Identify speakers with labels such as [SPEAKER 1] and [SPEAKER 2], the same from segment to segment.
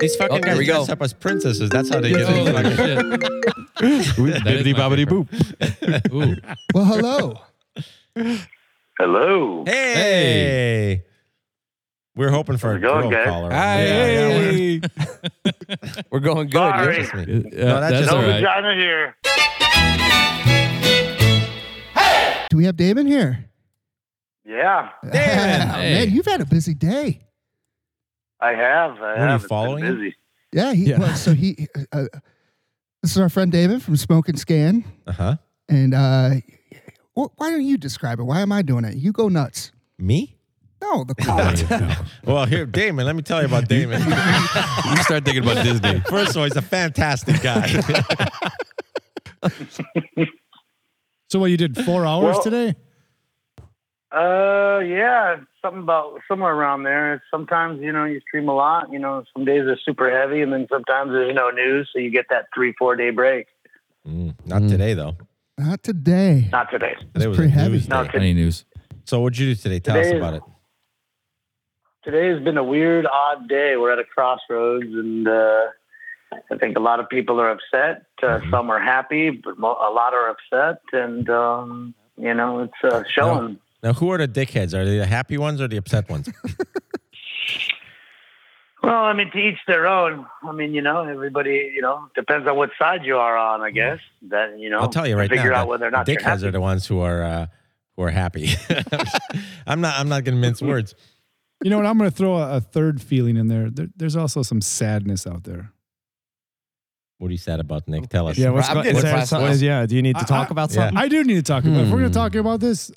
[SPEAKER 1] These fucking
[SPEAKER 2] Okay,
[SPEAKER 1] guys
[SPEAKER 2] we go.
[SPEAKER 1] dress up as princesses. That's how they get
[SPEAKER 3] Holy
[SPEAKER 1] it.
[SPEAKER 3] shit.
[SPEAKER 4] Bibbidi
[SPEAKER 3] my
[SPEAKER 4] bobbidi
[SPEAKER 3] favorite.
[SPEAKER 4] boop.
[SPEAKER 3] Ooh.
[SPEAKER 5] Well, hello.
[SPEAKER 6] Hello.
[SPEAKER 1] Hey. We're hoping for
[SPEAKER 6] How's
[SPEAKER 1] a
[SPEAKER 6] it
[SPEAKER 1] girl
[SPEAKER 6] going, guys?
[SPEAKER 1] caller. Yeah, yeah, we're-
[SPEAKER 4] Hey.
[SPEAKER 2] We're going good.
[SPEAKER 6] Sorry.
[SPEAKER 2] Interesting.
[SPEAKER 4] Yeah,
[SPEAKER 1] that's
[SPEAKER 4] that's
[SPEAKER 1] just-
[SPEAKER 4] all
[SPEAKER 6] No
[SPEAKER 4] right.
[SPEAKER 6] vagina here.
[SPEAKER 5] Do we have Damon here?
[SPEAKER 6] Yeah,
[SPEAKER 1] Damon,
[SPEAKER 5] Oh,
[SPEAKER 3] hey.
[SPEAKER 5] Man, you've had a busy day.
[SPEAKER 6] I have. I
[SPEAKER 1] you
[SPEAKER 6] have. It's been
[SPEAKER 1] following him?
[SPEAKER 6] busy.
[SPEAKER 5] Yeah. He,
[SPEAKER 4] Yeah.
[SPEAKER 5] Well, so he. Uh, this is our friend Damon from Smoke and Scan,
[SPEAKER 1] Uh-huh.
[SPEAKER 5] and uh, wh- why don't you describe it? Why am I doing it? You go nuts.
[SPEAKER 1] Me?
[SPEAKER 5] No, the caller.
[SPEAKER 1] Well, here, Damon, let me tell you about Damon.
[SPEAKER 4] You start thinking about Disney.
[SPEAKER 1] First of all, he's a fantastic guy.
[SPEAKER 7] So what you did four hours
[SPEAKER 6] Well-
[SPEAKER 7] today?
[SPEAKER 6] Uh, yeah, something about somewhere around there. Sometimes you know you stream a lot. You know, some days are super heavy, and then sometimes there's no news, so you get that three four day break.
[SPEAKER 1] Mm, not today, though.
[SPEAKER 5] Not today.
[SPEAKER 6] Not today.
[SPEAKER 1] Today was
[SPEAKER 5] pretty
[SPEAKER 1] a
[SPEAKER 5] heavy.
[SPEAKER 1] news
[SPEAKER 6] No,
[SPEAKER 1] day.
[SPEAKER 6] t-
[SPEAKER 3] Any news?
[SPEAKER 1] So what'd you do today? Tell us
[SPEAKER 6] Today-
[SPEAKER 1] about it.
[SPEAKER 6] today has been a weird, odd day. We're at a crossroads, and uh, I think a lot of people are upset. Uh,
[SPEAKER 1] Mm-hmm.
[SPEAKER 6] Some are happy, but mo- a lot are upset, and um, you know, it's uh, showing.
[SPEAKER 1] Now, who are the dickheads? Are they the happy ones or the upset ones?
[SPEAKER 6] Well, I mean, to each their own. I mean, you know, everybody, you know, depends on what side you are on, I guess. That, you know,
[SPEAKER 1] I'll tell you right
[SPEAKER 6] figure
[SPEAKER 1] now.
[SPEAKER 6] out
[SPEAKER 1] the-
[SPEAKER 6] whether or
[SPEAKER 1] the
[SPEAKER 6] not they're
[SPEAKER 1] dickheads
[SPEAKER 6] happy.
[SPEAKER 1] are the ones who are uh, who are happy. I'm not. I'm not going to mince words.
[SPEAKER 7] You know what? I'm going to throw a, a third feeling in there. there. There's also some sadness out there.
[SPEAKER 1] What are you sad about, Nick? Tell us.
[SPEAKER 3] Yeah,
[SPEAKER 2] what's I'm go- getting what's- depressed what's- now.
[SPEAKER 4] yeah, do you need
[SPEAKER 7] to talk
[SPEAKER 4] about
[SPEAKER 1] Yeah. something?
[SPEAKER 7] I do need to talk about. If we're going
[SPEAKER 1] Hmm.
[SPEAKER 7] to talk about this,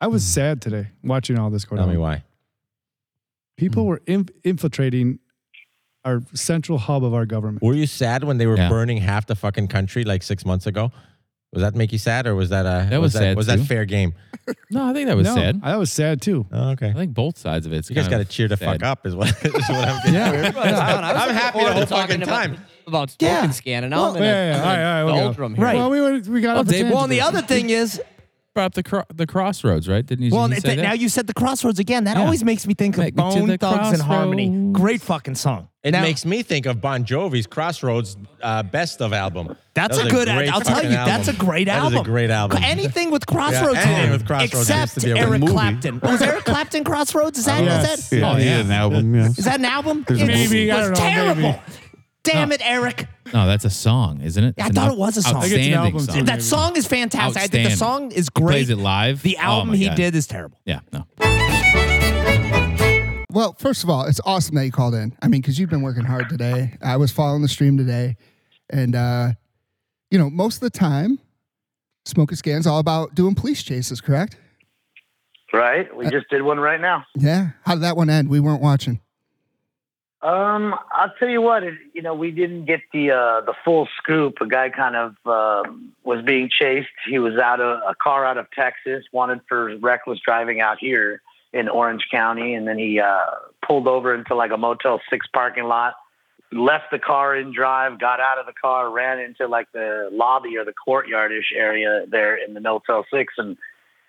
[SPEAKER 7] I was sad today watching all this go
[SPEAKER 1] Tell
[SPEAKER 7] down.
[SPEAKER 1] me why.
[SPEAKER 7] People were inf- infiltrating our central hub of our government.
[SPEAKER 1] Were you sad when they were
[SPEAKER 3] Yeah.
[SPEAKER 1] burning half the fucking country like six months ago? Was that make you sad, or was that a
[SPEAKER 3] That was sad,
[SPEAKER 1] was that
[SPEAKER 3] too.
[SPEAKER 1] fair game?
[SPEAKER 3] No, I think that was
[SPEAKER 7] no,
[SPEAKER 3] sad.
[SPEAKER 7] I, that was sad too.
[SPEAKER 1] Oh,
[SPEAKER 3] I
[SPEAKER 1] okay.
[SPEAKER 3] think both sides of it's
[SPEAKER 1] You guys got
[SPEAKER 3] kind
[SPEAKER 1] to
[SPEAKER 3] of
[SPEAKER 1] cheer the
[SPEAKER 3] sad.
[SPEAKER 1] fuck up, is what, is what I'm getting.
[SPEAKER 7] Yeah.
[SPEAKER 1] I'm happy the whole fucking time.
[SPEAKER 2] About smoking
[SPEAKER 5] Yeah.
[SPEAKER 2] scan, and
[SPEAKER 5] Well,
[SPEAKER 2] I'm in
[SPEAKER 7] yeah,
[SPEAKER 2] a-
[SPEAKER 7] yeah,
[SPEAKER 2] I'm in
[SPEAKER 7] all right, all right,
[SPEAKER 2] the
[SPEAKER 7] we'll go.
[SPEAKER 2] Ultram here.
[SPEAKER 7] Well, we, were- we got
[SPEAKER 2] Well,
[SPEAKER 7] off a
[SPEAKER 2] Dave, well, and the
[SPEAKER 7] tangent.
[SPEAKER 2] other thing is,
[SPEAKER 3] Brought up the, cro- the crossroads, right? Didn't you,
[SPEAKER 2] well,
[SPEAKER 3] you
[SPEAKER 2] th-
[SPEAKER 3] say that?
[SPEAKER 2] now you said the crossroads again. That
[SPEAKER 3] Yeah.
[SPEAKER 2] always makes me think of
[SPEAKER 3] Make me to
[SPEAKER 2] Bone
[SPEAKER 3] the
[SPEAKER 2] Thugs and Harmony.
[SPEAKER 3] crossroads.
[SPEAKER 2] Great fucking song.
[SPEAKER 1] It
[SPEAKER 2] Now-
[SPEAKER 1] makes me think of Bon Jovi's Crossroads uh, best of album.
[SPEAKER 2] That's
[SPEAKER 1] That
[SPEAKER 2] a
[SPEAKER 1] was
[SPEAKER 2] good.
[SPEAKER 1] great
[SPEAKER 2] I'll tell
[SPEAKER 1] fucking
[SPEAKER 2] you, that's a
[SPEAKER 1] album.
[SPEAKER 2] great album.
[SPEAKER 1] That is a great album.
[SPEAKER 2] Anything with Crossroads,
[SPEAKER 1] Yeah, anything
[SPEAKER 2] on,
[SPEAKER 1] with Crossroads used
[SPEAKER 2] except
[SPEAKER 1] to be a
[SPEAKER 2] Eric
[SPEAKER 4] movie.
[SPEAKER 2] Clapton. Was Eric Clapton Crossroads? Is that, is that,
[SPEAKER 4] Yeah,
[SPEAKER 7] Oh,
[SPEAKER 4] he
[SPEAKER 7] yeah.
[SPEAKER 4] had an album.
[SPEAKER 2] is
[SPEAKER 4] yes.
[SPEAKER 2] that an album?
[SPEAKER 4] There's a
[SPEAKER 2] It's-
[SPEAKER 4] movie.
[SPEAKER 7] Maybe, I
[SPEAKER 2] it was
[SPEAKER 7] don't know,
[SPEAKER 2] terrible.
[SPEAKER 7] maybe.
[SPEAKER 2] Damn it, Eric.
[SPEAKER 3] no, that's a song, isn't it?
[SPEAKER 2] I
[SPEAKER 3] It's an
[SPEAKER 2] thought
[SPEAKER 3] out-
[SPEAKER 2] it was a song. I think
[SPEAKER 7] it's an
[SPEAKER 3] Outstanding
[SPEAKER 7] album,
[SPEAKER 3] song.
[SPEAKER 7] too.
[SPEAKER 2] That song is fantastic. I think the
[SPEAKER 3] Outstanding.
[SPEAKER 2] song is
[SPEAKER 3] He
[SPEAKER 2] great.
[SPEAKER 3] plays it live.
[SPEAKER 2] The
[SPEAKER 3] Oh,
[SPEAKER 2] album
[SPEAKER 3] my
[SPEAKER 2] he
[SPEAKER 3] God.
[SPEAKER 2] did is terrible.
[SPEAKER 3] Yeah, no.
[SPEAKER 5] Well, first of all, it's awesome that you called in. I mean, because you've been working hard today. I was following the stream today, and uh, you know, most of the time, Smoke and Scan's all about doing police chases. Correct?
[SPEAKER 6] Right? We just did one right now.
[SPEAKER 5] Yeah. How did that one end? We weren't watching.
[SPEAKER 6] Um, I'll tell you what, it, you know, we didn't get the, uh, the full scoop. A guy kind of, um, was being chased. He was out of a car out of Texas, wanted for reckless driving out here in Orange County. And then he, uh, pulled over into like a Motel 6 parking lot. left the car in drive, got out of the car, ran into like the lobby or the courtyardish area there in the Motel Six, and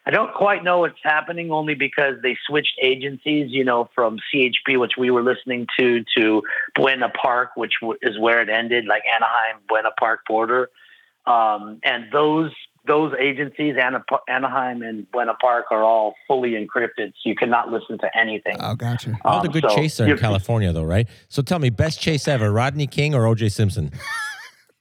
[SPEAKER 6] I don't quite know what's happening only because they switched agencies, you know, from CHP, which we were listening to, to Buena Park, which w- is where it ended, like Anaheim Buena Park border, um, and those. Those agencies, Ana- Anaheim and Buena Park, are all fully encrypted, so you cannot listen to anything.
[SPEAKER 5] Oh, gotcha.
[SPEAKER 1] Uh, All the
[SPEAKER 6] Um,
[SPEAKER 1] good
[SPEAKER 6] so
[SPEAKER 1] chases are in
[SPEAKER 6] you're-
[SPEAKER 1] California, though, right? So tell me, best chase ever, Rodney King or OJ Simpson?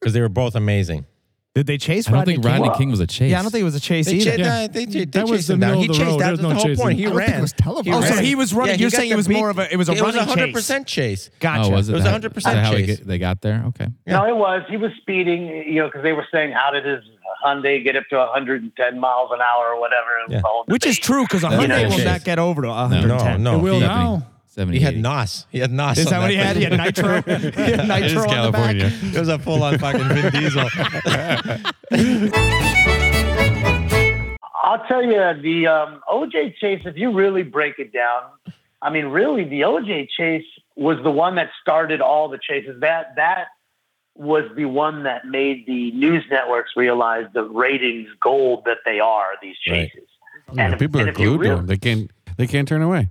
[SPEAKER 1] Because they were both amazing.
[SPEAKER 2] Did they chase
[SPEAKER 3] I don't think Rodney
[SPEAKER 2] King?
[SPEAKER 3] King was a chase.
[SPEAKER 2] Yeah, I don't think it was a chase either.
[SPEAKER 1] chased-
[SPEAKER 7] Yeah.
[SPEAKER 1] no, they, they,
[SPEAKER 7] That was
[SPEAKER 1] chased
[SPEAKER 7] the
[SPEAKER 1] him down.
[SPEAKER 7] middle
[SPEAKER 1] He
[SPEAKER 7] of the
[SPEAKER 1] chased
[SPEAKER 7] road.
[SPEAKER 1] that.
[SPEAKER 7] There
[SPEAKER 1] That's
[SPEAKER 7] was no
[SPEAKER 1] the whole
[SPEAKER 7] chasing.
[SPEAKER 1] point. He
[SPEAKER 5] I don't
[SPEAKER 1] ran.
[SPEAKER 5] think it was televised.
[SPEAKER 2] Oh, so
[SPEAKER 1] ran.
[SPEAKER 2] he was running. You're
[SPEAKER 1] he
[SPEAKER 2] saying
[SPEAKER 1] got
[SPEAKER 2] it was
[SPEAKER 1] beat.
[SPEAKER 2] more of a- it was a running chase.
[SPEAKER 1] It was a 100% chase.
[SPEAKER 2] Gotcha.
[SPEAKER 3] Oh, was it?
[SPEAKER 1] It was
[SPEAKER 3] that-
[SPEAKER 1] 100%
[SPEAKER 3] is that how he
[SPEAKER 1] chase.
[SPEAKER 3] get- they got there? Okay.
[SPEAKER 6] No, it was. He was speeding, you know, because they were saying, how did his Hyundai get up to 110 miles an hour or whatever? It was
[SPEAKER 1] Yeah.
[SPEAKER 6] all
[SPEAKER 2] Which is
[SPEAKER 6] debate.
[SPEAKER 2] true because a
[SPEAKER 1] That's
[SPEAKER 2] Hyundai
[SPEAKER 1] what
[SPEAKER 2] will
[SPEAKER 1] it
[SPEAKER 2] not
[SPEAKER 1] is.
[SPEAKER 2] get over to
[SPEAKER 1] No,
[SPEAKER 2] 110.
[SPEAKER 1] no, no.
[SPEAKER 7] It will
[SPEAKER 1] he,
[SPEAKER 7] now.
[SPEAKER 3] Seventy.
[SPEAKER 1] he had NOS. He had NOS.
[SPEAKER 2] Is
[SPEAKER 1] on
[SPEAKER 2] that what he had? He had
[SPEAKER 1] thing.
[SPEAKER 2] nitro. he had
[SPEAKER 3] It is
[SPEAKER 2] nitro on the back.
[SPEAKER 3] California.
[SPEAKER 1] It was a full on fucking Vin Diesel.
[SPEAKER 6] I'll tell you, the um, OJ chase, if you really break it down, I mean, really, the OJ chase was the one that started all the chases. That that was the one that made the news networks realize the ratings gold that they are. These
[SPEAKER 1] Right.
[SPEAKER 6] chases,
[SPEAKER 4] Yeah,
[SPEAKER 6] if-
[SPEAKER 4] people are
[SPEAKER 6] if you
[SPEAKER 4] glued to
[SPEAKER 6] really-
[SPEAKER 4] him. They can't. They can't turn away.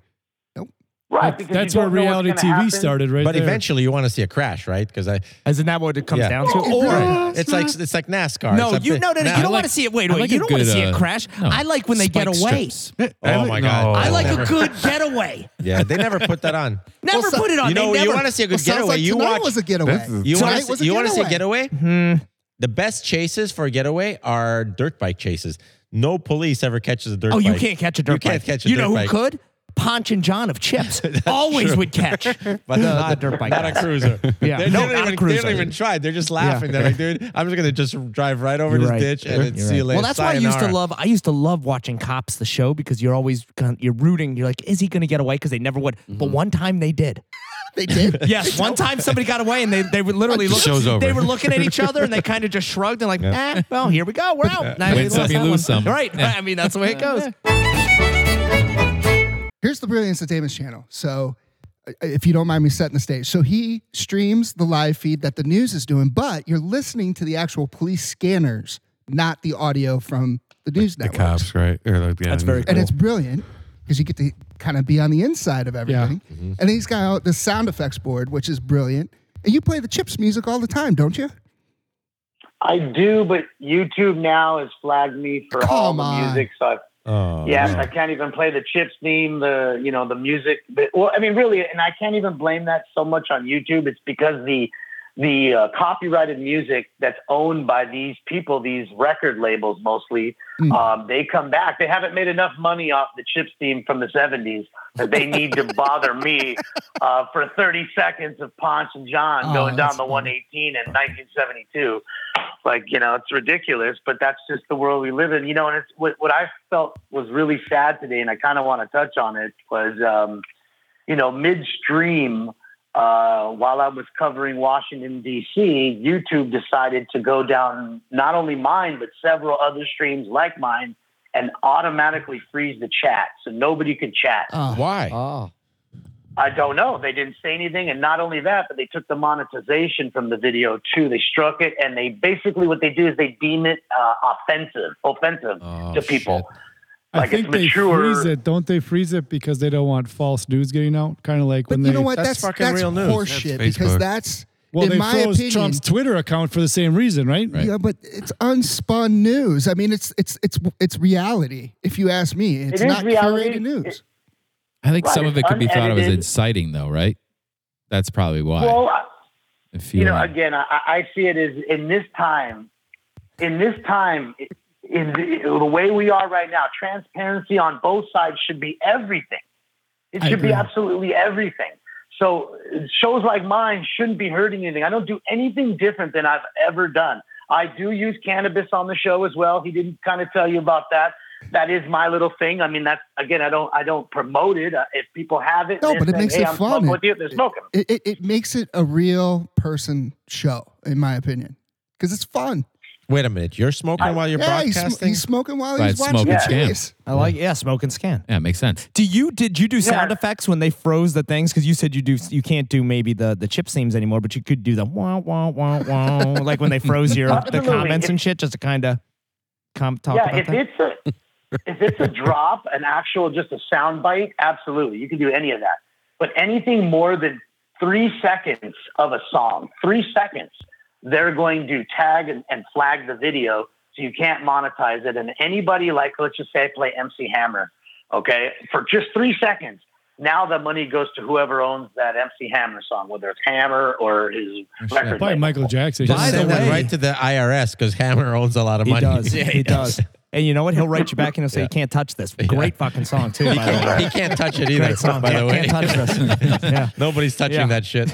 [SPEAKER 6] Right.
[SPEAKER 7] That's,
[SPEAKER 6] because you
[SPEAKER 7] that's where
[SPEAKER 6] don't know what's
[SPEAKER 7] reality
[SPEAKER 6] gonna
[SPEAKER 7] TV
[SPEAKER 6] happen.
[SPEAKER 7] started, right
[SPEAKER 1] but
[SPEAKER 7] there.
[SPEAKER 1] eventually, you want to see a crash, right? Because I
[SPEAKER 2] Isn't that what it comes
[SPEAKER 1] yeah.
[SPEAKER 2] down to?
[SPEAKER 1] Or it's like it's like NASCAR.
[SPEAKER 2] no,
[SPEAKER 1] It's a
[SPEAKER 2] you
[SPEAKER 1] bit-
[SPEAKER 2] no, no, no,
[SPEAKER 1] nah,
[SPEAKER 2] you
[SPEAKER 1] I
[SPEAKER 2] don't want
[SPEAKER 1] like-
[SPEAKER 2] to see it. Wait,
[SPEAKER 3] I
[SPEAKER 2] wait,
[SPEAKER 3] like
[SPEAKER 2] you
[SPEAKER 3] a
[SPEAKER 2] don't want to
[SPEAKER 3] good,
[SPEAKER 2] see it
[SPEAKER 3] uh,
[SPEAKER 2] crash.
[SPEAKER 3] no.
[SPEAKER 2] I like when they get
[SPEAKER 3] Spike
[SPEAKER 2] away.
[SPEAKER 3] strips.
[SPEAKER 1] Oh my god!
[SPEAKER 2] I like
[SPEAKER 1] never,
[SPEAKER 2] a good getaway.
[SPEAKER 1] Yeah, they never put that on.
[SPEAKER 2] Never
[SPEAKER 5] so-
[SPEAKER 2] put it on.
[SPEAKER 1] you know,
[SPEAKER 2] they
[SPEAKER 1] you
[SPEAKER 2] never.
[SPEAKER 1] want to see a
[SPEAKER 5] Well,
[SPEAKER 1] good
[SPEAKER 5] sounds
[SPEAKER 1] getaway?
[SPEAKER 5] like
[SPEAKER 1] you
[SPEAKER 5] tonight
[SPEAKER 1] watch.
[SPEAKER 5] was a getaway.
[SPEAKER 4] This is-
[SPEAKER 1] you
[SPEAKER 5] tonight
[SPEAKER 1] want to
[SPEAKER 5] was
[SPEAKER 1] see,
[SPEAKER 5] a
[SPEAKER 1] you want to see a
[SPEAKER 5] getaway.
[SPEAKER 1] getaway?
[SPEAKER 2] Hmm.
[SPEAKER 1] The best chases for a getaway are dirt bike chases. No police ever catches a dirt.
[SPEAKER 2] Oh,
[SPEAKER 1] bike.
[SPEAKER 2] you can't catch a dirt
[SPEAKER 1] You can't
[SPEAKER 2] bike.
[SPEAKER 1] catch a
[SPEAKER 2] you
[SPEAKER 1] dirt
[SPEAKER 2] know who
[SPEAKER 1] bike.
[SPEAKER 2] could? Ponch and John of Chips always would catch. the,
[SPEAKER 1] But no, the-
[SPEAKER 2] the dirt bike.
[SPEAKER 1] Not
[SPEAKER 2] guys.
[SPEAKER 1] a cruiser.
[SPEAKER 2] Yeah.
[SPEAKER 1] they,
[SPEAKER 2] No,
[SPEAKER 1] don't
[SPEAKER 2] not a
[SPEAKER 1] even, they
[SPEAKER 2] cruiser.
[SPEAKER 1] don't even try. They're just laughing. They're like, dude, I'm just gonna just drive right over
[SPEAKER 2] You're
[SPEAKER 1] this
[SPEAKER 2] right.
[SPEAKER 1] ditch and then
[SPEAKER 2] You're
[SPEAKER 1] see you
[SPEAKER 2] right.
[SPEAKER 1] later.
[SPEAKER 2] Well, that's why I used to
[SPEAKER 1] Sayonara.
[SPEAKER 2] love. I used to love watching Cops, the show, because you're always gon- you're rooting. You're like, is he going to get away? Because they never would.
[SPEAKER 1] Mm-hmm.
[SPEAKER 2] But one time they did.
[SPEAKER 5] They did.
[SPEAKER 2] Yes, one time somebody got away and they they were literally
[SPEAKER 4] The
[SPEAKER 2] look-
[SPEAKER 4] show's over.
[SPEAKER 2] They were looking at each other and they kind of just shrugged and like, eh, well, here we go, we're out. Now we
[SPEAKER 3] Win some,
[SPEAKER 2] lost
[SPEAKER 3] you
[SPEAKER 2] that
[SPEAKER 3] lose
[SPEAKER 2] one.
[SPEAKER 3] some.
[SPEAKER 2] Right, right. I mean, that's the way it goes.
[SPEAKER 5] Here's the brilliance of Damon's channel. So, uh, if you don't mind me setting the stage, so he streams the live feed that the news is doing, but you're listening to the actual police scanners, not the audio from the news
[SPEAKER 4] The
[SPEAKER 5] networks.
[SPEAKER 4] cops, right? Or like, yeah,
[SPEAKER 7] That's very
[SPEAKER 5] and
[SPEAKER 7] cool.
[SPEAKER 5] it's brilliant because you get to kind of be on the inside of everything.
[SPEAKER 4] Mm-hmm.
[SPEAKER 5] And he's got out the sound effects board, which is brilliant. And you play the Chips music all the time, don't you?
[SPEAKER 6] I do, but YouTube now has flagged me for all
[SPEAKER 5] Come
[SPEAKER 6] the
[SPEAKER 5] on.
[SPEAKER 6] music. So I,
[SPEAKER 1] Oh,
[SPEAKER 6] yes, I can't even play the Chips theme, the you know the music. But, well, I mean, really, and I can't even blame that so much on YouTube. It's because the the uh, copyrighted music that's owned by these people, these record labels mostly,
[SPEAKER 5] Mm.
[SPEAKER 6] um, they come back. They haven't made enough money off the Chips theme from the '70s that they need to bother me uh, for 30 seconds of Ponce and John
[SPEAKER 5] Oh,
[SPEAKER 6] going down
[SPEAKER 5] that's
[SPEAKER 6] the
[SPEAKER 5] funny.
[SPEAKER 6] 118 in 1972. Like, you know, it's ridiculous, but that's just the world we live in. You know, and it's what, what I felt was really sad today, and I kind of want to touch on it was, um, you know, midstream, uh, while I was covering Washington, D.C., YouTube decided to go down not only mine, but several other streams like mine and automatically freeze the chat. So nobody could chat.
[SPEAKER 1] Why?
[SPEAKER 8] Oh.
[SPEAKER 6] I don't know. They didn't say anything. And not only that, but they took the monetization from the video too. They struck it and they basically what they do is they deem it uh, offensive, offensive
[SPEAKER 3] Oh,
[SPEAKER 6] to people.
[SPEAKER 7] I
[SPEAKER 6] like, it's
[SPEAKER 7] think they
[SPEAKER 6] mature.
[SPEAKER 7] freeze it. Don't they freeze it because they don't want false news getting out? Kind of like
[SPEAKER 5] But
[SPEAKER 7] when
[SPEAKER 5] you
[SPEAKER 7] they
[SPEAKER 5] know what?
[SPEAKER 1] that's
[SPEAKER 5] That's
[SPEAKER 1] fucking
[SPEAKER 5] that's
[SPEAKER 1] real news.
[SPEAKER 5] horseshit
[SPEAKER 4] That's
[SPEAKER 5] because
[SPEAKER 4] Facebook.
[SPEAKER 5] that's
[SPEAKER 7] well
[SPEAKER 5] in
[SPEAKER 7] they
[SPEAKER 5] my
[SPEAKER 7] froze
[SPEAKER 5] opinion.
[SPEAKER 7] Trump's Twitter account for the same reason, right?
[SPEAKER 5] yeah, but it's unspun news. I mean, it's it's it's it's reality. If you ask me, it's
[SPEAKER 6] is
[SPEAKER 5] not
[SPEAKER 6] reality.
[SPEAKER 5] curated news.
[SPEAKER 3] I think
[SPEAKER 6] Right,
[SPEAKER 3] some of it
[SPEAKER 6] it's
[SPEAKER 3] could be thought of as
[SPEAKER 6] unedited.
[SPEAKER 3] inciting, though, right? That's probably why.
[SPEAKER 6] Well, I-
[SPEAKER 3] if
[SPEAKER 6] you know,
[SPEAKER 3] like-
[SPEAKER 6] again, I, I see it as in this time, in this time, in the, the way we are right now, transparency on both sides should be everything. It
[SPEAKER 7] I
[SPEAKER 6] should be
[SPEAKER 7] agree.
[SPEAKER 6] absolutely everything. So uh, shows like mine shouldn't be hurting anything. I don't do anything different than I've ever done. I do use cannabis on the show as well. He didn't kind of tell you about that. That is my little thing. I mean, that's again, I don't, I don't promote it. Uh, if people have it,
[SPEAKER 5] No,
[SPEAKER 6] they're
[SPEAKER 5] but it
[SPEAKER 6] saying,
[SPEAKER 5] makes
[SPEAKER 6] hey,
[SPEAKER 5] it
[SPEAKER 6] I'm
[SPEAKER 5] fun.
[SPEAKER 6] smoking With you, they're smoking.
[SPEAKER 5] It, it it makes it a real person show, in my opinion, because it's fun.
[SPEAKER 1] Wait a minute. You're smoking while you're
[SPEAKER 5] yeah, he's, sm-
[SPEAKER 1] broadcasting.
[SPEAKER 5] he's smoking while
[SPEAKER 3] Right,
[SPEAKER 5] he's watching
[SPEAKER 3] smoking
[SPEAKER 5] the
[SPEAKER 3] jam.
[SPEAKER 5] chase.
[SPEAKER 2] I like yeah, smoke and scan.
[SPEAKER 3] yeah, makes sense.
[SPEAKER 2] Do you did you do sound
[SPEAKER 6] Yeah.
[SPEAKER 2] effects when they froze the things? Because you said you do you can't do maybe the the chip seams anymore, but you could do the wah wah wah wah like when they froze your the
[SPEAKER 6] Absolutely.
[SPEAKER 2] comments
[SPEAKER 6] If-
[SPEAKER 2] and shit just to kind of com- talk
[SPEAKER 6] yeah,
[SPEAKER 2] about
[SPEAKER 6] if
[SPEAKER 2] that.
[SPEAKER 6] it's a if it's a drop, an actual just a sound bite, absolutely, you can do any of that. But anything more than three seconds of a song, three seconds, they're going to tag and, and flag the video, so you can't monetize it. And anybody like, let's just say, I play MC Hammer, okay, for just three seconds. Now the money goes to whoever owns that MC Hammer song, whether it's Hammer or his record.
[SPEAKER 7] Probably
[SPEAKER 6] label.
[SPEAKER 7] Michael Jackson.
[SPEAKER 1] Just
[SPEAKER 2] By the
[SPEAKER 1] send that
[SPEAKER 2] way-
[SPEAKER 1] right to the IRS because Hammer owns a lot of
[SPEAKER 2] He
[SPEAKER 1] money.
[SPEAKER 2] does. he does. And you know what? He'll write you back and he'll say, "You can't touch this." Great fucking song too. By the way.
[SPEAKER 1] he can't touch it either.
[SPEAKER 2] Great song.
[SPEAKER 1] By
[SPEAKER 2] yeah,
[SPEAKER 1] the way,
[SPEAKER 2] can't touch this. yeah.
[SPEAKER 1] nobody's touching
[SPEAKER 2] Yeah.
[SPEAKER 1] that shit.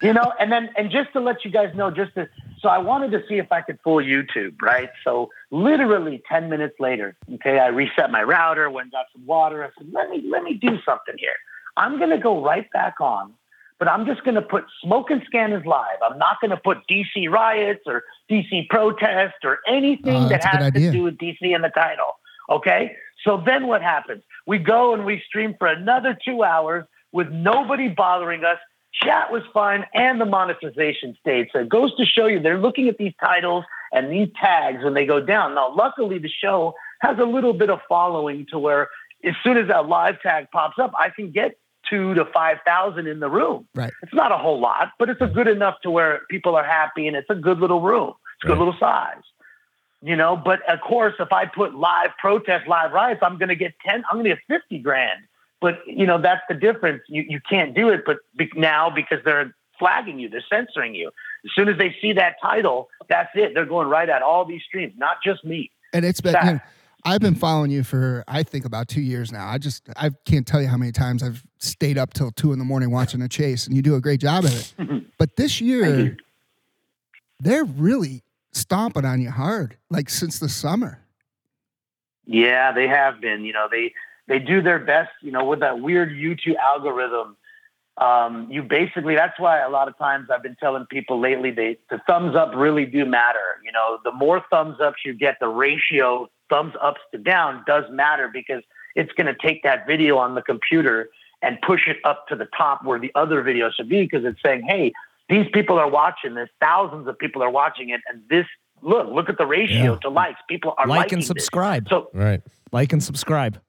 [SPEAKER 6] You know, and then and just to let you guys know, just to so I wanted to see if I could fool YouTube, right? So literally ten minutes later, okay, I reset my router, went and got some water. I said, let me let me do something here. I'm gonna go right back on, but I'm just gonna put smoke and scanners live. I'm not gonna put DC riots or DC protests or anything
[SPEAKER 5] Oh,
[SPEAKER 6] that
[SPEAKER 5] that's a good
[SPEAKER 6] has to
[SPEAKER 5] idea.
[SPEAKER 6] do with DC in the title. Okay? So then what happens? We go and we stream for another two hours with nobody bothering us. Chat was fine and the monetization stayed. So it goes to show you they're looking at these titles and these tags when they go down. Now, luckily, the show has a little bit of following to where as soon as that live tag pops up, I can get two to five thousand in the room.
[SPEAKER 5] Right.
[SPEAKER 6] It's not a whole lot, but it's a good enough to where people are happy and it's a good little room. It's a good
[SPEAKER 1] Right.
[SPEAKER 6] little size. You know, but of course, if I put live protest, live riots, I'm going to get ten. I'm going to get fifty grand. But you know, that's the difference. You you can't do it. But be, now because they're flagging you, they're censoring you. As soon as they see that title, that's it. They're going right at all these streams, not just me.
[SPEAKER 5] and it's been.
[SPEAKER 6] Fact.
[SPEAKER 5] you know, I've been following you for I think about two years now. I just I can't tell you how many times I've stayed up till two in the morning watching a chase, and you do a great job at it. but this year, they're really stomping on you hard, like since the summer.
[SPEAKER 6] Yeah, they have been. You know, they they do their best. You know, with that weird YouTube algorithm, um, you basically that's why a lot of times I've been telling people lately they the thumbs up really do matter. You know, the more thumbs ups you get, the ratio thumbs ups to down does matter because it's going to take that video on the computer and push it up to the top where the other video should be because it's saying, hey, these people are watching this, thousands of people are watching it, and this look, look at the ratio
[SPEAKER 2] Yeah.
[SPEAKER 6] to likes. People are
[SPEAKER 2] like
[SPEAKER 6] liking
[SPEAKER 2] and
[SPEAKER 6] this.
[SPEAKER 2] subscribe.
[SPEAKER 6] So
[SPEAKER 1] Right.
[SPEAKER 2] Like and subscribe.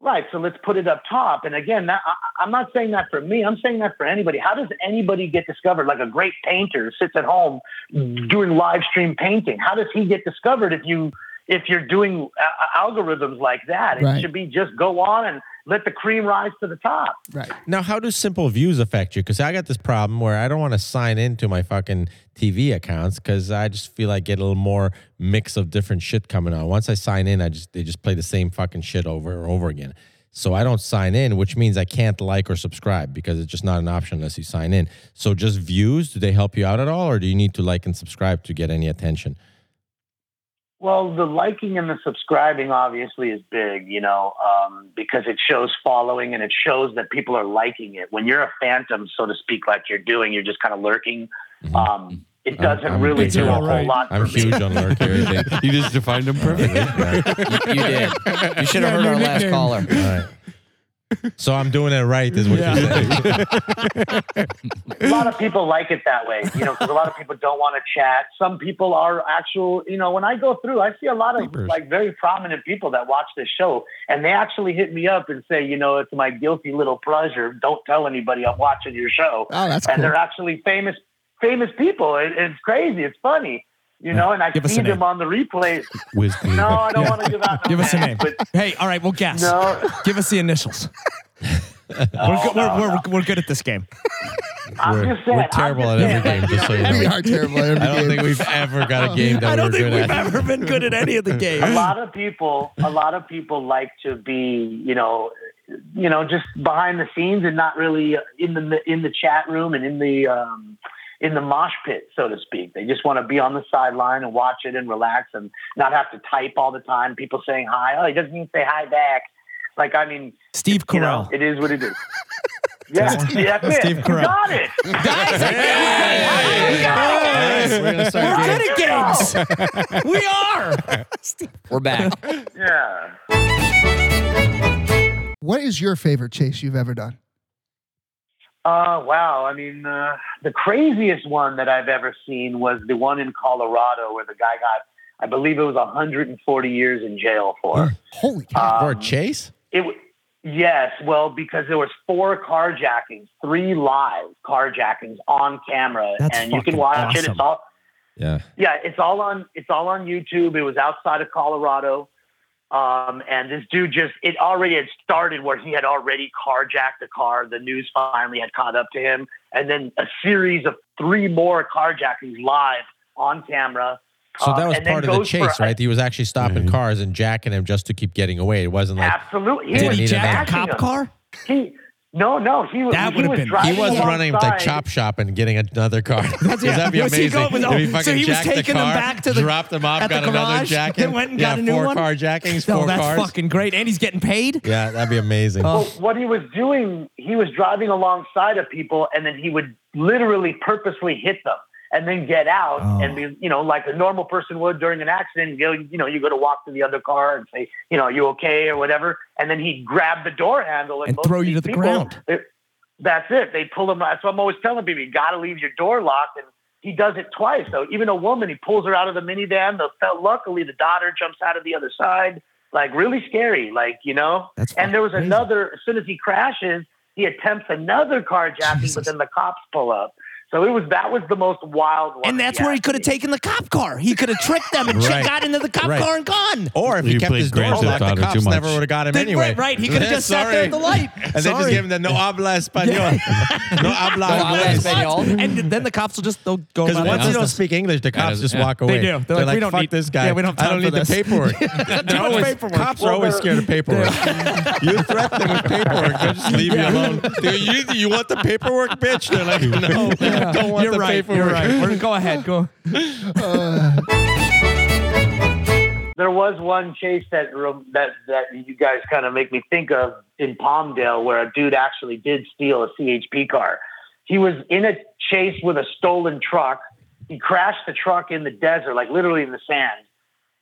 [SPEAKER 6] Right. So let's put it up top. And again, that, I, I'm not saying that for me. I'm saying that for anybody. How does anybody get discovered? Like a great painter sits at home doing live stream painting. How does he get discovered if you if you're doing uh, algorithms like that? It
[SPEAKER 5] Right.
[SPEAKER 6] should be just go on and let the cream rise to the top.
[SPEAKER 5] Right.
[SPEAKER 1] Now, how do simple views affect you? Because I got this problem where I don't want to sign into my fucking TV accounts because I just feel I get a little more mix of different shit coming on. Once I sign in, I just they just play the same fucking shit over and over again. So I don't sign in, which means I can't like or subscribe because it's just not an option unless you sign in. So just views, do they help you out at all, or do you need to like and subscribe to get any attention?
[SPEAKER 6] Well, the liking and the subscribing obviously is big, you know, um, because it shows following and it shows that people are liking it. When you're a phantom, so to speak, like you're doing, you're just kind of lurking. Um, it
[SPEAKER 1] Mm-hmm. I'm-
[SPEAKER 6] doesn't
[SPEAKER 1] I'm
[SPEAKER 6] really
[SPEAKER 1] big
[SPEAKER 6] do a
[SPEAKER 1] on-
[SPEAKER 6] whole lot
[SPEAKER 1] I'm
[SPEAKER 6] for me.
[SPEAKER 1] huge on lurk everything.
[SPEAKER 4] you just defined them perfectly.
[SPEAKER 8] You, you did. You should have heard our last caller.
[SPEAKER 1] All right. So I'm doing it right, is what you're saying.
[SPEAKER 6] a lot of people like it that way, you know, because a lot of people don't want to chat. Some people are actual, you know, when I go through, I see a lot of like very prominent people that watch this show and they actually hit me up and say, you know, it's my guilty little pleasure. Don't tell anybody I'm watching your show.
[SPEAKER 5] Oh, that's
[SPEAKER 6] and
[SPEAKER 5] cool.
[SPEAKER 6] they're actually famous famous people. It, it's crazy. It's funny. You know, and I
[SPEAKER 2] Give us
[SPEAKER 6] see
[SPEAKER 2] a
[SPEAKER 6] them
[SPEAKER 2] name.
[SPEAKER 6] on the replays.
[SPEAKER 4] Wiz
[SPEAKER 6] No, I don't want to give out. No
[SPEAKER 2] Give us a
[SPEAKER 6] names,
[SPEAKER 2] name.
[SPEAKER 6] But
[SPEAKER 2] Hey, all right, we'll guess.
[SPEAKER 6] no,
[SPEAKER 2] Give us the initials. we're,
[SPEAKER 6] Oh,
[SPEAKER 2] go- we're,
[SPEAKER 6] no,
[SPEAKER 2] we're,
[SPEAKER 6] no.
[SPEAKER 2] we're good at this game.
[SPEAKER 6] I'm
[SPEAKER 1] We're-
[SPEAKER 6] just saying.
[SPEAKER 1] we're
[SPEAKER 6] I'm
[SPEAKER 1] terrible
[SPEAKER 6] just
[SPEAKER 1] at every
[SPEAKER 6] saying,
[SPEAKER 1] game,
[SPEAKER 6] like,
[SPEAKER 1] just so
[SPEAKER 6] you
[SPEAKER 1] you
[SPEAKER 6] know,
[SPEAKER 1] know.
[SPEAKER 5] We are terrible at every
[SPEAKER 1] I don't
[SPEAKER 5] game.
[SPEAKER 1] think we've ever got a game that
[SPEAKER 2] I don't
[SPEAKER 1] we're
[SPEAKER 2] think
[SPEAKER 1] good
[SPEAKER 2] we've
[SPEAKER 1] at.
[SPEAKER 2] ever been good at any of the
[SPEAKER 6] a
[SPEAKER 2] games.
[SPEAKER 6] lot of people a lot of people like to be you know you know just behind the scenes and not really uh, in the in the chat room and in the um in the mosh pit so to speak they just want to be on the sideline and watch it and relax and not have to type all the time people saying hi oh he doesn't even say hi back like i mean
[SPEAKER 2] Steve
[SPEAKER 6] you know,
[SPEAKER 2] Carell.
[SPEAKER 6] it is what it is yeah, yeah that's
[SPEAKER 2] Steve
[SPEAKER 6] it.
[SPEAKER 2] Carell.
[SPEAKER 6] You got it
[SPEAKER 2] Guys, I
[SPEAKER 1] All right, we're gonna start
[SPEAKER 2] We're
[SPEAKER 1] game.
[SPEAKER 2] good at games. we are.
[SPEAKER 8] We're back.
[SPEAKER 6] yeah
[SPEAKER 5] What is your favorite chase you've ever done?
[SPEAKER 6] Uh, wow. I mean, uh, the craziest one that I've ever seen was the one in Colorado where the guy got, I believe it was 140 years in jail for.
[SPEAKER 5] Holy cow!
[SPEAKER 2] Uh,
[SPEAKER 6] Um,
[SPEAKER 1] Or Chase?
[SPEAKER 6] It w- yes, well, because there was four carjackings, three live carjackings on camera,
[SPEAKER 2] That's
[SPEAKER 6] and you can
[SPEAKER 2] fucking
[SPEAKER 6] watch it.
[SPEAKER 2] awesome.
[SPEAKER 6] It's all
[SPEAKER 1] Yeah.
[SPEAKER 6] yeah, it's all on it's all on YouTube. It was outside of Colorado. Um, and this dude just it already had started where he had already carjacked the car. The news finally had caught up to him. And then a series of three more carjackings live on camera.
[SPEAKER 1] So that
[SPEAKER 2] Uh,
[SPEAKER 6] Um,
[SPEAKER 1] was
[SPEAKER 6] and then
[SPEAKER 1] part of the
[SPEAKER 6] goes for-
[SPEAKER 1] chase, right? He was actually stopping
[SPEAKER 4] Mhm.
[SPEAKER 1] cars and jacking them just to keep getting away. It wasn't like
[SPEAKER 6] Absolutely.
[SPEAKER 1] Did
[SPEAKER 6] was
[SPEAKER 1] he jack the
[SPEAKER 2] Jack
[SPEAKER 6] bashing
[SPEAKER 2] cop
[SPEAKER 6] him.
[SPEAKER 2] car?
[SPEAKER 6] He, no, no, he was
[SPEAKER 2] That
[SPEAKER 6] he
[SPEAKER 2] would've
[SPEAKER 6] was
[SPEAKER 2] been-
[SPEAKER 1] he
[SPEAKER 6] driving
[SPEAKER 1] was running like
[SPEAKER 6] alongside.
[SPEAKER 1] chop shop and getting another car. That's,
[SPEAKER 2] yeah.
[SPEAKER 1] That'd be
[SPEAKER 2] Was
[SPEAKER 1] amazing.
[SPEAKER 2] he going with-
[SPEAKER 1] If
[SPEAKER 2] oh, so he was
[SPEAKER 1] jacked the
[SPEAKER 2] taking them
[SPEAKER 1] car,
[SPEAKER 2] back to the-
[SPEAKER 1] dropped them off,
[SPEAKER 2] at the
[SPEAKER 1] got another
[SPEAKER 2] garage,
[SPEAKER 1] jacket,
[SPEAKER 2] then went and
[SPEAKER 1] yeah,
[SPEAKER 2] got a new
[SPEAKER 1] four
[SPEAKER 2] one?
[SPEAKER 1] carjackings,
[SPEAKER 2] No,
[SPEAKER 1] four
[SPEAKER 2] that's
[SPEAKER 1] cars.
[SPEAKER 2] fucking great. And he's getting paid.
[SPEAKER 1] yeah, that'd be amazing.
[SPEAKER 6] Well, what he was doing, he was driving alongside of people, and then he would literally purposely hit them, and then get out
[SPEAKER 2] Oh.
[SPEAKER 6] and be, you know, like a normal person would during an accident. Go, you know, you go to walk to the other car and say, you know, are you okay or whatever, and then he'd grab the door handle and,
[SPEAKER 2] And
[SPEAKER 6] most
[SPEAKER 2] throw
[SPEAKER 6] of
[SPEAKER 2] you to
[SPEAKER 6] these
[SPEAKER 2] the
[SPEAKER 6] people,
[SPEAKER 2] ground.
[SPEAKER 6] it- that's it. They pull him. That's what I'm always telling people. You got to leave your door locked, and he does it twice. So even a woman, he pulls her out of the minivan. The, luckily, the daughter jumps out of the other side. like really scary. Like you know,
[SPEAKER 2] That's
[SPEAKER 6] and there was
[SPEAKER 2] fucking crazy.
[SPEAKER 6] another. As soon as he crashes, he attempts another carjacking, but then the cops pull up. So it was that was the most wild one.
[SPEAKER 2] And that's where he could have
[SPEAKER 6] actually.
[SPEAKER 2] taken the cop car. He could have tricked them and
[SPEAKER 1] Right.
[SPEAKER 2] got into the cop
[SPEAKER 1] Right.
[SPEAKER 2] car and gone.
[SPEAKER 1] Or if
[SPEAKER 4] You
[SPEAKER 1] he kept
[SPEAKER 4] played
[SPEAKER 1] his door
[SPEAKER 4] Grand Theft
[SPEAKER 1] locked, the
[SPEAKER 4] Auto too
[SPEAKER 1] cops never
[SPEAKER 4] much.
[SPEAKER 1] would have got him
[SPEAKER 2] Then-
[SPEAKER 1] anyway.
[SPEAKER 2] right, right. He could have just sat there at the light.
[SPEAKER 1] And they just
[SPEAKER 2] Sorry.
[SPEAKER 1] gave him the no habla español. no habla
[SPEAKER 8] habla
[SPEAKER 1] inglés.
[SPEAKER 8] español. Espanol.
[SPEAKER 2] And then the cops will just they'll go.
[SPEAKER 1] Because
[SPEAKER 2] about
[SPEAKER 1] once
[SPEAKER 2] their
[SPEAKER 1] you don't
[SPEAKER 2] business.
[SPEAKER 1] speak English, the cops
[SPEAKER 3] is-
[SPEAKER 1] just
[SPEAKER 3] yeah.
[SPEAKER 1] walk away.
[SPEAKER 2] do. They're like, "We don't
[SPEAKER 1] fuck
[SPEAKER 2] need-
[SPEAKER 1] this guy.
[SPEAKER 2] yeah, we don't have
[SPEAKER 1] I don't
[SPEAKER 2] time for
[SPEAKER 1] need the
[SPEAKER 2] this."
[SPEAKER 1] paperwork. They're
[SPEAKER 2] much
[SPEAKER 1] always,
[SPEAKER 2] paperwork.
[SPEAKER 1] Cops are always scared of paperwork. you threaten them with paperwork. They'll just leave you alone. Dude, you, you want the paperwork, bitch? They're like, no, don't want
[SPEAKER 2] You're
[SPEAKER 1] the
[SPEAKER 2] right.
[SPEAKER 1] paperwork.
[SPEAKER 2] You're right. We're- go ahead. Go.
[SPEAKER 6] there was one chase that rem- that that you guys kind of make me think of in Palmdale, where a dude actually did steal a CHP car. He was in a chase with a stolen truck. He crashed the truck in the desert, like literally in the sand.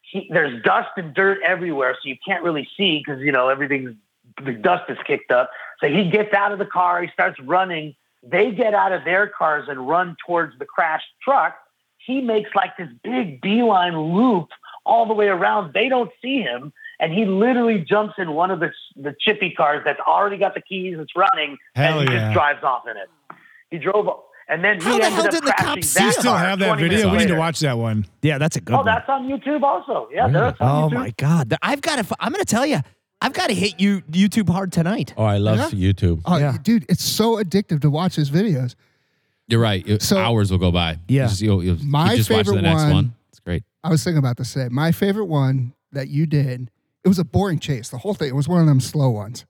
[SPEAKER 6] He, there's dust and dirt everywhere, so you can't really see because you know everything's the dust is kicked up. So he gets out of the car, he starts running. They get out of their cars and run towards the crashed truck. He makes like this big beeline loop all the way around. They don't see him, and he literally jumps in one of the the chippy cars that's already got the keys. It's running,
[SPEAKER 7] Hell
[SPEAKER 6] and he
[SPEAKER 7] yeah.
[SPEAKER 6] just drives off in it. He drove, and then
[SPEAKER 2] How
[SPEAKER 6] he
[SPEAKER 2] the
[SPEAKER 6] ended
[SPEAKER 2] hell
[SPEAKER 6] up
[SPEAKER 2] did the
[SPEAKER 6] crashing
[SPEAKER 2] cops
[SPEAKER 6] that
[SPEAKER 2] see
[SPEAKER 7] You still
[SPEAKER 6] car
[SPEAKER 7] have that
[SPEAKER 6] 20
[SPEAKER 7] video. We
[SPEAKER 6] minutes
[SPEAKER 7] need to
[SPEAKER 6] later.
[SPEAKER 7] watch that one.
[SPEAKER 2] Yeah, that's a good
[SPEAKER 6] Oh,
[SPEAKER 2] one.
[SPEAKER 6] that's on YouTube also. Yeah, that's on
[SPEAKER 2] oh
[SPEAKER 6] YouTube.
[SPEAKER 2] my god. The- I've got to. f- I'm gonna tell you. I've got to hit you YouTube hard tonight.
[SPEAKER 1] Oh, I love YouTube.
[SPEAKER 5] Oh,
[SPEAKER 2] Yeah.
[SPEAKER 5] dude, it's so addictive to watch his videos.
[SPEAKER 3] You're right. It-
[SPEAKER 5] So-
[SPEAKER 3] hours will go by.
[SPEAKER 2] Yeah.
[SPEAKER 3] You just, you'll, you'll,
[SPEAKER 5] My
[SPEAKER 3] you just watch the
[SPEAKER 5] favorite
[SPEAKER 3] next
[SPEAKER 5] one-
[SPEAKER 3] one. It's great.
[SPEAKER 5] I was thinking about this today. My favorite one that you did, it was a boring chase. The whole thing, it was one of them slow ones.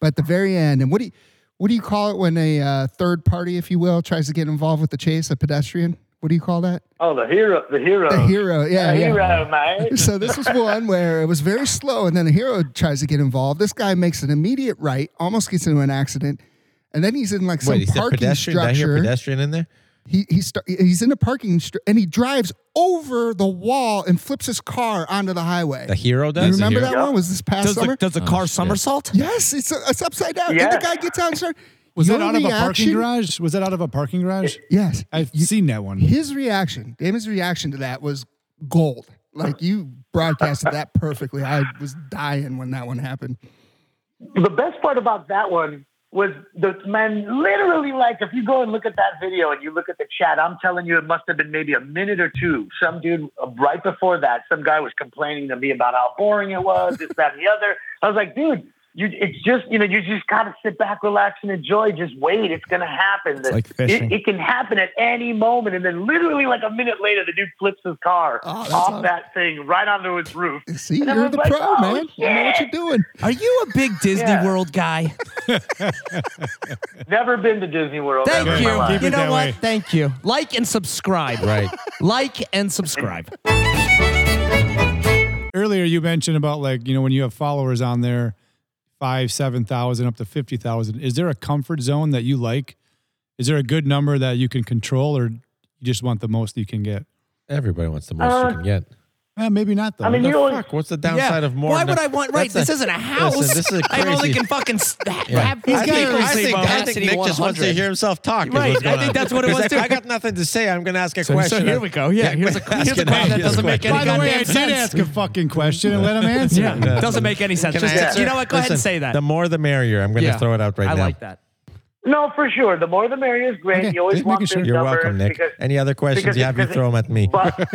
[SPEAKER 5] But at the very end, and what do you, what do you call it when a uh, third party, if you will, tries to get involved with the chase, a pedestrian? What do you call that?
[SPEAKER 6] Oh, the hero, the hero,
[SPEAKER 1] Oh.
[SPEAKER 5] The hero. Yeah,
[SPEAKER 6] the
[SPEAKER 5] yeah.
[SPEAKER 6] hero, mate.
[SPEAKER 5] So this was one where it was very slow, and then a hero tries to get involved. This guy makes an immediate right, almost gets into an accident, and then he's in like some
[SPEAKER 1] Wait, is there
[SPEAKER 5] parking
[SPEAKER 1] pedestrian? Did I hear
[SPEAKER 5] structure.
[SPEAKER 1] pedestrian in there?
[SPEAKER 5] he he start, he's in a parking str- and he drives over the wall and flips his car onto the highway.
[SPEAKER 1] The hero
[SPEAKER 5] you
[SPEAKER 1] does?
[SPEAKER 5] remember
[SPEAKER 3] hero.
[SPEAKER 5] that one? Was this past
[SPEAKER 2] Does
[SPEAKER 5] summer?
[SPEAKER 2] the, does
[SPEAKER 1] Oh,
[SPEAKER 2] the car somersault?
[SPEAKER 5] yes, it's, uh, it's upside down. And
[SPEAKER 6] Yes.
[SPEAKER 5] the guy gets out and starts.
[SPEAKER 7] Was
[SPEAKER 5] Your
[SPEAKER 7] that out of a
[SPEAKER 5] reaction-
[SPEAKER 7] parking garage? Was that out of a parking garage?
[SPEAKER 5] Yes.
[SPEAKER 7] I've seen that one.
[SPEAKER 5] His reaction, Damon's reaction to that was gold. Like you broadcasted that perfectly. I was dying when that one happened.
[SPEAKER 6] The best part about that one was the man literally like if you go and look at that video and you look at the chat, I'm telling you it must have been maybe a minute or two. Some dude uh, right before that, some guy was complaining to me about how boring it was, this, that, and the other. I was like, dude. You, it's just you know you just gotta sit back, relax, and enjoy. Just wait, it's gonna happen. It's
[SPEAKER 2] like fishing.
[SPEAKER 6] It, it can happen at any moment, and then literally like a minute later, the dude flips his car
[SPEAKER 5] Oh, that's
[SPEAKER 6] off
[SPEAKER 5] awesome.
[SPEAKER 6] that thing right onto his roof.
[SPEAKER 5] See,
[SPEAKER 6] And I
[SPEAKER 5] you're
[SPEAKER 6] was
[SPEAKER 5] the
[SPEAKER 6] like,
[SPEAKER 5] pro,
[SPEAKER 6] "Oh,
[SPEAKER 5] man. You know what you're doing.
[SPEAKER 2] Are you a big Disney
[SPEAKER 6] Yeah.
[SPEAKER 2] World guy?
[SPEAKER 6] Never been to Disney World.
[SPEAKER 2] Thank
[SPEAKER 6] ever in my
[SPEAKER 2] you.
[SPEAKER 6] life.
[SPEAKER 7] Keep
[SPEAKER 2] you
[SPEAKER 7] it
[SPEAKER 2] know
[SPEAKER 7] that
[SPEAKER 2] what?
[SPEAKER 7] way.
[SPEAKER 2] Thank you. Like and subscribe.
[SPEAKER 1] Right.
[SPEAKER 2] Like and subscribe.
[SPEAKER 7] Earlier, you mentioned about like you know when you have followers on there, five, seven thousand, up to fifty thousand. Is there a comfort zone that you like? Is there a good number that you can control, or you just want the most you can get?
[SPEAKER 1] Everybody wants the most
[SPEAKER 6] Uh,
[SPEAKER 1] you can get.
[SPEAKER 7] Eh, maybe not though.
[SPEAKER 6] I mean, you know,
[SPEAKER 1] Fuck, what's the downside of more?
[SPEAKER 2] Why
[SPEAKER 1] than-
[SPEAKER 2] would I want? Right.
[SPEAKER 1] That's
[SPEAKER 2] This
[SPEAKER 1] a-
[SPEAKER 2] isn't a house.
[SPEAKER 1] Listen, this is a
[SPEAKER 2] I only
[SPEAKER 1] crazy-
[SPEAKER 2] can fucking st-
[SPEAKER 1] Yeah.
[SPEAKER 2] have these
[SPEAKER 1] I think,
[SPEAKER 2] people
[SPEAKER 1] I
[SPEAKER 2] say
[SPEAKER 1] think,
[SPEAKER 2] about
[SPEAKER 1] I think
[SPEAKER 8] Audacity
[SPEAKER 1] Nick just wants to
[SPEAKER 8] 100.
[SPEAKER 1] hear himself talk. is
[SPEAKER 2] Right,
[SPEAKER 1] what's
[SPEAKER 2] I
[SPEAKER 1] going
[SPEAKER 2] think
[SPEAKER 1] on.
[SPEAKER 2] that's what it
[SPEAKER 1] He's
[SPEAKER 2] was
[SPEAKER 1] like,
[SPEAKER 2] too.
[SPEAKER 1] I got nothing to say. I'm going to ask a
[SPEAKER 2] So
[SPEAKER 1] question.
[SPEAKER 2] here we go. Yeah, here's a,
[SPEAKER 1] ask
[SPEAKER 2] here's a
[SPEAKER 1] an
[SPEAKER 2] question that
[SPEAKER 1] obvious
[SPEAKER 2] doesn't make any
[SPEAKER 7] By the
[SPEAKER 2] goddamn
[SPEAKER 7] way, I did
[SPEAKER 2] sense.
[SPEAKER 7] ask a fucking question and let him answer.
[SPEAKER 2] Yeah, doesn't make any sense.
[SPEAKER 1] Can I
[SPEAKER 2] Just,
[SPEAKER 1] answer?
[SPEAKER 2] you know what? Go ahead and
[SPEAKER 1] Listen,
[SPEAKER 2] say that.
[SPEAKER 1] The more the merrier. I'm going to
[SPEAKER 2] Yeah.
[SPEAKER 1] throw it out right
[SPEAKER 2] I
[SPEAKER 1] now.
[SPEAKER 2] like that.
[SPEAKER 6] No, for sure. The more the merrier is great.
[SPEAKER 7] Okay,
[SPEAKER 6] You always
[SPEAKER 7] just
[SPEAKER 6] want
[SPEAKER 7] making sure.
[SPEAKER 6] big
[SPEAKER 1] You're
[SPEAKER 6] numbers
[SPEAKER 1] welcome, Nick.
[SPEAKER 6] Because,
[SPEAKER 1] Any other questions
[SPEAKER 6] because
[SPEAKER 1] you have, you
[SPEAKER 6] because
[SPEAKER 1] throw them at me.
[SPEAKER 6] But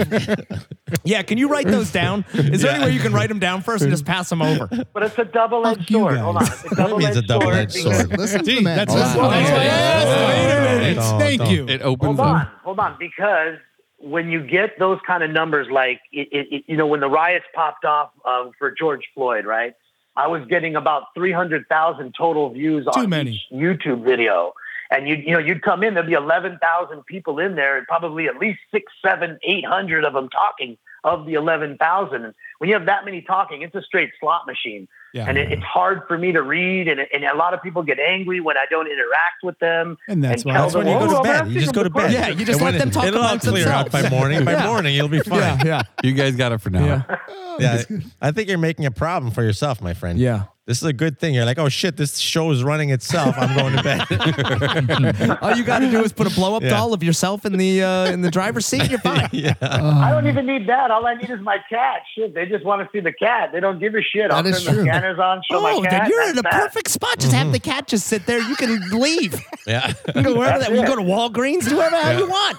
[SPEAKER 2] Yeah, can you write those down? Is there any way you can write them down first and just pass them over?
[SPEAKER 6] but it's a double edged
[SPEAKER 7] Fuck you
[SPEAKER 6] sword.
[SPEAKER 7] guys.
[SPEAKER 6] Hold on. It's a
[SPEAKER 1] That
[SPEAKER 6] double
[SPEAKER 1] means a
[SPEAKER 6] edged sword.
[SPEAKER 1] double-edged
[SPEAKER 6] because-
[SPEAKER 1] sword.
[SPEAKER 5] Listen to the
[SPEAKER 7] Gee,
[SPEAKER 5] man.
[SPEAKER 7] that's
[SPEAKER 5] Listen to the
[SPEAKER 7] that's
[SPEAKER 5] man.
[SPEAKER 7] what I asked. Wait a minute.
[SPEAKER 1] Don't,
[SPEAKER 7] Thank
[SPEAKER 1] don't.
[SPEAKER 7] you.
[SPEAKER 3] It opens
[SPEAKER 6] Hold
[SPEAKER 3] up.
[SPEAKER 6] on, hold on, because when you get those kind of numbers, like it, it, it- you know, when the riots popped off um, for George Floyd, right? I was getting about three hundred thousand total views
[SPEAKER 7] Too
[SPEAKER 6] on
[SPEAKER 7] many.
[SPEAKER 6] each YouTube video, and you you know you'd come in, there'd be eleven thousand people in there, and probably at least six, seven, eight hundred of them talking of the eleven thousand. When you have that many talking, it's a straight slot machine.
[SPEAKER 7] Yeah.
[SPEAKER 6] and it, it's hard for me to read. And, and a lot of people get angry when I don't interact with them.
[SPEAKER 7] And that's why-
[SPEAKER 6] tell
[SPEAKER 7] That's
[SPEAKER 1] That's when you go
[SPEAKER 6] them, "Oh,
[SPEAKER 1] to
[SPEAKER 6] I'm
[SPEAKER 1] bed.
[SPEAKER 6] asking
[SPEAKER 1] You just
[SPEAKER 6] them
[SPEAKER 1] go to
[SPEAKER 6] the
[SPEAKER 1] bed.
[SPEAKER 6] question."
[SPEAKER 8] Yeah, you just
[SPEAKER 1] And
[SPEAKER 8] let
[SPEAKER 1] when
[SPEAKER 8] them
[SPEAKER 1] it-
[SPEAKER 8] talk
[SPEAKER 1] It'll all
[SPEAKER 8] amongst
[SPEAKER 1] clear out by
[SPEAKER 8] themselves.
[SPEAKER 1] morning. By morning, you'll be fine.
[SPEAKER 7] Yeah. Yeah.
[SPEAKER 3] You guys got it for now.
[SPEAKER 7] Yeah.
[SPEAKER 1] Yeah, I think you're making a problem for yourself, my friend.
[SPEAKER 2] Yeah.
[SPEAKER 1] This is a good thing. You're like, oh shit, this show is running itself. I'm going to bed.
[SPEAKER 2] All you got to do is put a blow up
[SPEAKER 1] Yeah.
[SPEAKER 2] doll of yourself in the uh, in the driver's seat. You're fine.
[SPEAKER 6] I don't even need that. All I need is my cat. Shit, they just want to see the cat. They don't give a shit. I'll
[SPEAKER 5] That
[SPEAKER 6] turn
[SPEAKER 5] is
[SPEAKER 6] the
[SPEAKER 5] true.
[SPEAKER 6] scanners on, show
[SPEAKER 2] Oh,
[SPEAKER 6] my cat.
[SPEAKER 2] then you're in
[SPEAKER 6] that's
[SPEAKER 2] a
[SPEAKER 6] that.
[SPEAKER 2] perfect spot. Just have the cat just sit there. You can leave.
[SPEAKER 1] yeah.
[SPEAKER 2] You can go wherever
[SPEAKER 6] That's
[SPEAKER 2] that. You
[SPEAKER 6] it.
[SPEAKER 2] can go to Walgreens. Do whatever the hell you want.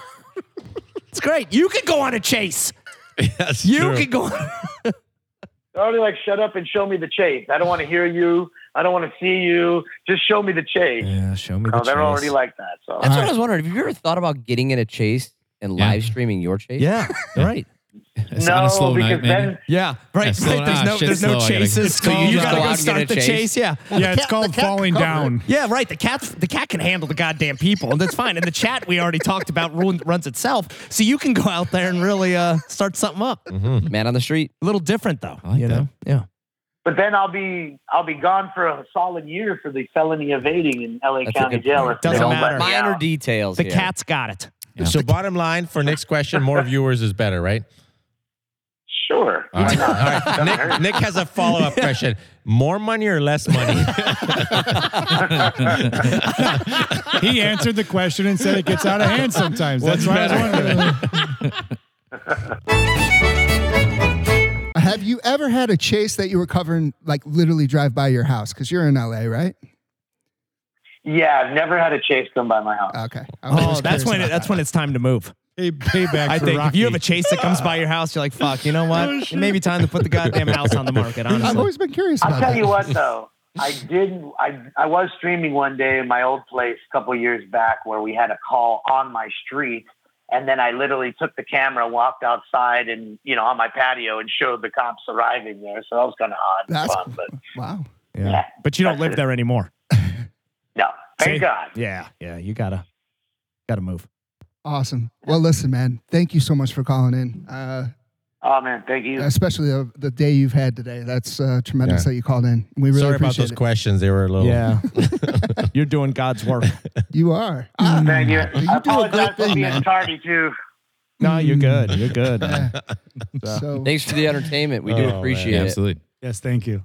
[SPEAKER 2] It's great. You can go on a chase.
[SPEAKER 1] That's
[SPEAKER 2] You
[SPEAKER 1] true.
[SPEAKER 2] can go. On-
[SPEAKER 6] They're already like, shut up and show me the chase. I don't want to hear you. I don't want to see you. Just show me the chase.
[SPEAKER 2] yeah, show me.
[SPEAKER 6] No, Oh, they're already like that. So
[SPEAKER 8] That's what I was wondering. Have you ever thought about getting in a chase and
[SPEAKER 3] Yeah.
[SPEAKER 8] live streaming your chase?
[SPEAKER 2] Yeah, right.
[SPEAKER 3] It's
[SPEAKER 6] no,
[SPEAKER 3] on a slow
[SPEAKER 6] because
[SPEAKER 3] night, man.
[SPEAKER 6] then
[SPEAKER 2] Yeah, right.
[SPEAKER 3] Yeah, slow
[SPEAKER 2] right. There's
[SPEAKER 3] down.
[SPEAKER 2] no, there's
[SPEAKER 3] Shit's
[SPEAKER 2] no
[SPEAKER 3] slow. I gotta-
[SPEAKER 2] chases.
[SPEAKER 3] It's called
[SPEAKER 2] you
[SPEAKER 8] just
[SPEAKER 2] gotta
[SPEAKER 8] go out
[SPEAKER 2] go
[SPEAKER 8] and get
[SPEAKER 2] start
[SPEAKER 8] a
[SPEAKER 2] the
[SPEAKER 8] chase.
[SPEAKER 2] chase. Yeah,
[SPEAKER 7] Yeah, it's called falling down.
[SPEAKER 2] yeah, right. The cat, the cat can handle the goddamn people, and that's fine. And the chat we already talked about ruin, runs itself, so you can go out there and really uh, start something up. A
[SPEAKER 8] Man on the street.
[SPEAKER 2] little different though,
[SPEAKER 3] like
[SPEAKER 2] you
[SPEAKER 3] that.
[SPEAKER 2] know. Yeah.
[SPEAKER 6] but then I'll be I'll be gone for a solid year for the felony evading in LA
[SPEAKER 8] That's a
[SPEAKER 6] County
[SPEAKER 8] good
[SPEAKER 6] Jail.
[SPEAKER 8] point.
[SPEAKER 6] if they
[SPEAKER 2] Doesn't
[SPEAKER 6] don't let
[SPEAKER 2] matter.
[SPEAKER 6] me
[SPEAKER 8] Minor
[SPEAKER 6] out.
[SPEAKER 8] details.
[SPEAKER 2] The
[SPEAKER 8] here.
[SPEAKER 2] cat's got it.
[SPEAKER 1] So, bottom line for next question, more viewers is better, right?
[SPEAKER 6] Sure.
[SPEAKER 1] All
[SPEAKER 6] Why
[SPEAKER 1] right. All
[SPEAKER 6] not?
[SPEAKER 1] right. Nick, Nick has a follow up question more money or less money?
[SPEAKER 7] He answered the question and said it gets out of hand sometimes. That's why I was wondering.
[SPEAKER 5] Have you ever had a chase that you were covering, like literally drive by your house? Because you're in LA, right?
[SPEAKER 6] Yeah, I've never had a chase come by my house.
[SPEAKER 5] Okay. I was
[SPEAKER 2] Oh,
[SPEAKER 5] just
[SPEAKER 2] that's
[SPEAKER 5] curious
[SPEAKER 2] when it,
[SPEAKER 5] about
[SPEAKER 2] that's when it's time to move.
[SPEAKER 7] Pay, payback
[SPEAKER 2] I
[SPEAKER 7] for
[SPEAKER 2] think if
[SPEAKER 7] Rocky.
[SPEAKER 2] you have a chase that comes by your house, you're like, fuck. You know what?
[SPEAKER 5] Oh,
[SPEAKER 2] it may be time to put the goddamn house on the market.
[SPEAKER 5] that. I've
[SPEAKER 2] Honestly.
[SPEAKER 5] always been curious about
[SPEAKER 6] I'll tell
[SPEAKER 5] that.
[SPEAKER 6] you what though. I did. I I was streaming one day in my old place a couple years back where we had a call on my street, and then I literally took the camera, walked outside, and you know on my patio and showed the cops arriving there. So that was kind of odd and
[SPEAKER 5] That's-
[SPEAKER 6] fun, but
[SPEAKER 5] Wow.
[SPEAKER 2] Yeah. But you don't live there anymore.
[SPEAKER 6] no, thank
[SPEAKER 2] See?
[SPEAKER 6] God.
[SPEAKER 2] Yeah, yeah. You gotta gotta move.
[SPEAKER 5] Awesome. Well, listen, man, thank you so much for calling in. Uh,
[SPEAKER 6] Oh man, thank you.
[SPEAKER 5] especially the, the day you've had today. That's uh, tremendous
[SPEAKER 1] Yeah.
[SPEAKER 5] that you called in. We really
[SPEAKER 1] Sorry about
[SPEAKER 5] appreciate
[SPEAKER 1] those questions. They were a
[SPEAKER 5] Oh.
[SPEAKER 1] little.
[SPEAKER 2] Yeah. You're doing God's work.
[SPEAKER 5] it. You are. Ah,
[SPEAKER 6] Thank you.
[SPEAKER 5] do
[SPEAKER 6] I
[SPEAKER 5] a
[SPEAKER 6] apologize
[SPEAKER 5] great
[SPEAKER 6] for
[SPEAKER 5] thing,
[SPEAKER 6] being
[SPEAKER 5] man.
[SPEAKER 6] tardy too.
[SPEAKER 2] No, you're good. You're good. man.
[SPEAKER 5] so
[SPEAKER 8] Thanks for the entertainment. We
[SPEAKER 1] Oh,
[SPEAKER 8] do
[SPEAKER 1] man.
[SPEAKER 8] appreciate
[SPEAKER 3] Yeah,
[SPEAKER 8] it.
[SPEAKER 3] absolutely.
[SPEAKER 7] yes, thank you.